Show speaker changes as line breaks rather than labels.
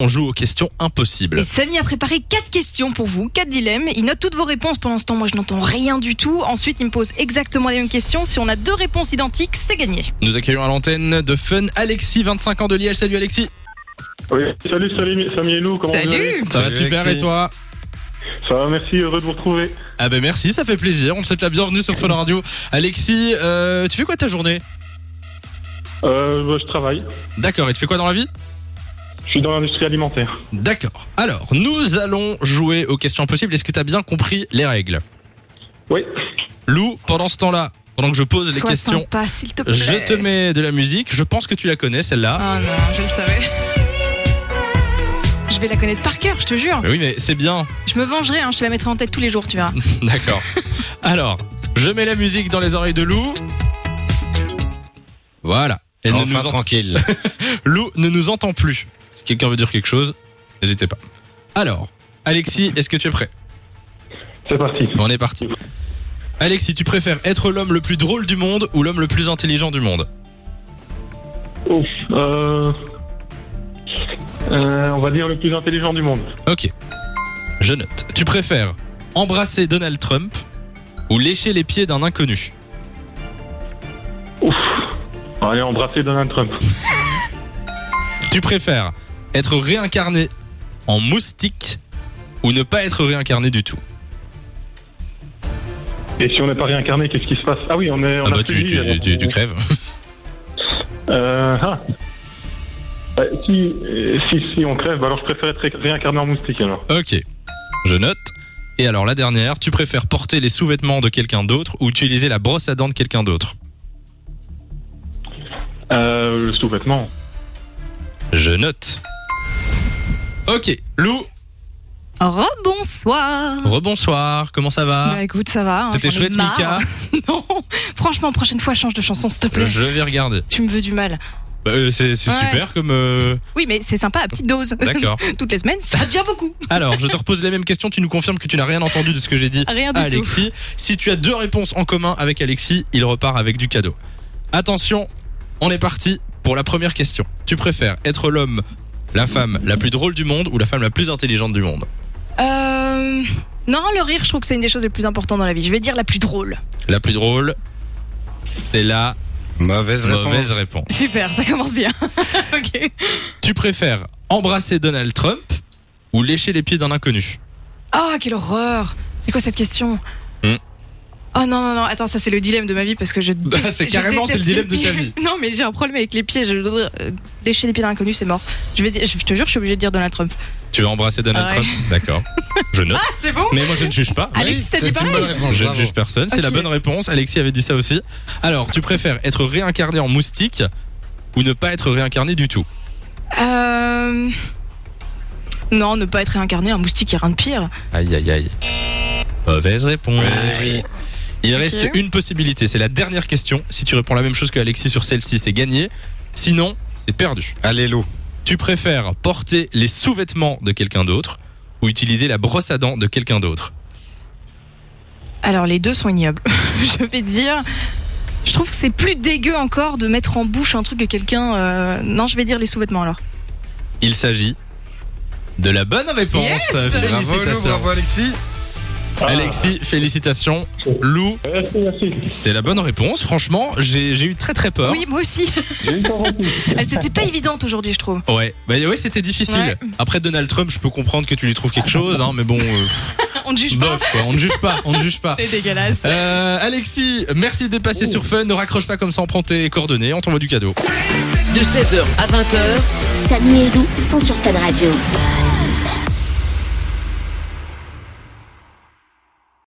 On joue aux questions impossibles.
Et Samy a préparé quatre questions pour vous, quatre dilemmes. Il note toutes vos réponses. Pendant ce temps, moi, je n'entends rien du tout. Ensuite, il me pose exactement les mêmes questions. Si on a deux réponses identiques, c'est gagné.
Nous accueillons à l'antenne de Fun Alexis, 25 ans de Liège. Salut Alexis.
Oui. Salut, salut, Samy et Lou, comment vous allez
Salut
Ça va
Salut,
super
Alexis.
et toi
Ça va, merci, heureux de vous retrouver.
Ah ben merci, ça fait plaisir. On te souhaite la bienvenue sur Fun Radio. Alexis, euh, tu fais quoi de ta journée
Euh, bah, je travaille,
D'accord, et tu fais quoi dans la vie
je suis dans l'industrie alimentaire.
D'accord. Alors, nous allons jouer aux questions impossibles. Est-ce que t'as bien compris les règles
Oui,
Lou, pendant ce temps-là, pendant que je pose les
Sois
questions,
sympa, s'il te plaît.
je te mets de la musique. Je pense que tu la connais, celle-là.
Ah non, je le savais. Je vais la connaître par cœur, je te jure.
Mais Oui, mais c'est bien.
Je me vengerai, hein, je te la mettrai en tête tous les jours, tu verras.
D'accord. Alors, je mets la musique dans les oreilles de Lou. Voilà. Elle ne
enfin
nous ent-
tranquille.
Lou ne nous entend plus. Si quelqu'un veut dire quelque chose, n'hésitez pas. Alors, Alexis, est-ce que tu es prêt
c'est parti.
On est parti. Alexis, tu préfères être l'homme le plus drôle du monde ou l'homme le plus intelligent du monde
Ouf, euh... euh, on va dire le plus intelligent du monde.
Ok. Je note. Tu préfères embrasser Donald Trump ou lécher les pieds d'un inconnu
Allez, embrasser Donald Trump.
Tu préfères être réincarné en moustique ou ne pas être réincarné du tout
Et si on n'est pas réincarné, qu'est-ce qui se passe Ah oui, on est. On
Ah
a
bah
plus
tu,
de vie,
tu-
alors.
tu- tu crèves.
Euh, ah. Bah, si, euh, si, si on crève, bah alors je préfère être ré- réincarné en moustique alors.
ok, je note. Et alors la dernière, tu préfères porter les sous-vêtements de quelqu'un d'autre ou utiliser la brosse à dents de quelqu'un d'autre
Euh, le sous-vêtement.
Je note. Ok, Lou,
Rebonsoir.
rebonsoir, comment ça va
Bah écoute, ça va. hein,
Ah. C'était
j'en ai
chouette
marre.
Mika,
Non, franchement, prochaine fois, change de chanson, s'il te plaît.
je vais regarder.
Tu me veux du mal.
Bah, euh, c'est c'est
Ouais.
super comme... euh,
Oui, mais c'est sympa à petite dose.
D'accord.
Toutes les semaines, ça devient beaucoup.
Alors, je te repose les mêmes questions, tu nous confirmes que tu n'as rien entendu de ce que j'ai dit
Rien du
à
tout.
Alexis. Si tu as deux réponses en commun avec Alexis, il repart avec du cadeau. Attention, on est parti pour la première question. Tu préfères être l'homme, la femme la plus drôle du monde ou la femme la plus intelligente du monde
Euh... Non, le rire, je trouve que c'est une des choses les plus importantes dans la vie. Je vais dire la plus drôle.
La plus drôle, c'est la
Mauvaise réponse.
mauvaise réponse.
Super, ça commence bien. ok.
Tu préfères embrasser Donald Trump ou lécher les pieds d'un inconnu
Oh, quelle horreur C'est quoi cette question
Hmm.
Oh non, non, non, attends, ça c'est le dilemme de ma vie parce que je. dé-
C'est
je
carrément, c'est le dilemme
déteste
de
les
ta
pieds.
vie.
Non, mais j'ai un problème avec les pieds. Je... euh, Déchirer les pieds d'un inconnu, c'est mort. Je, vais dire- je te jure, je suis obligée de dire Donald Trump.
Tu vas embrasser Donald
Ah ouais.
Trump D'accord. Je note.
Ah, c'est bon
Mais moi je ne juge pas.
Alexis, t'as dit
c'est une
pareil
bonne réponse.
Je ne
bravo.
juge personne, c'est la
Ok.
bonne réponse. Alexis avait dit ça aussi. Alors, tu préfères être réincarné en moustique ou ne pas être réincarné du tout
Euh. Non, ne pas être réincarné, un moustique, il a rien de pire.
Aïe aïe aïe. Mauvaise réponse.
Oui.
Il reste une possibilité, c'est la dernière question. Si tu réponds la même chose que Alexis sur celle-ci, c'est gagné. Sinon, c'est perdu.
Allez Lou.
Tu préfères porter les sous-vêtements de quelqu'un d'autre ou utiliser la brosse à dents de quelqu'un d'autre
Alors, les deux sont ignobles. je vais te dire. Je trouve que c'est plus dégueu encore de mettre en bouche un truc que quelqu'un. euh, Non, je vais dire les sous-vêtements alors.
Il s'agit de la bonne réponse.
Yes
Bravo Lou,
Félicitations.
bravo Alexis.
Ah.
Alexis, félicitations. Lou,
Merci, merci.
C'est la bonne réponse, franchement, j'ai j'ai eu très très peur.
Oui, moi aussi.
J'ai eu peur aussi.
Elle c'était pas évidente aujourd'hui, je trouve.
Ouais, bah ouais, c'était difficile.
Ouais.
Après Donald Trump, je peux comprendre que tu lui trouves quelque chose, hein, mais bon, euh,
On ne juge pas.
bof, quoi, on ne juge pas, on ne juge pas.
C'est Oh. dégueulasse.
Euh, Alexis, merci d'être passé sur Fun, ne raccroche pas comme ça, on prend tes coordonnées, on t'envoie du cadeau.
de 16h à 20h.
Samy et Lou sont sur Fan Radio.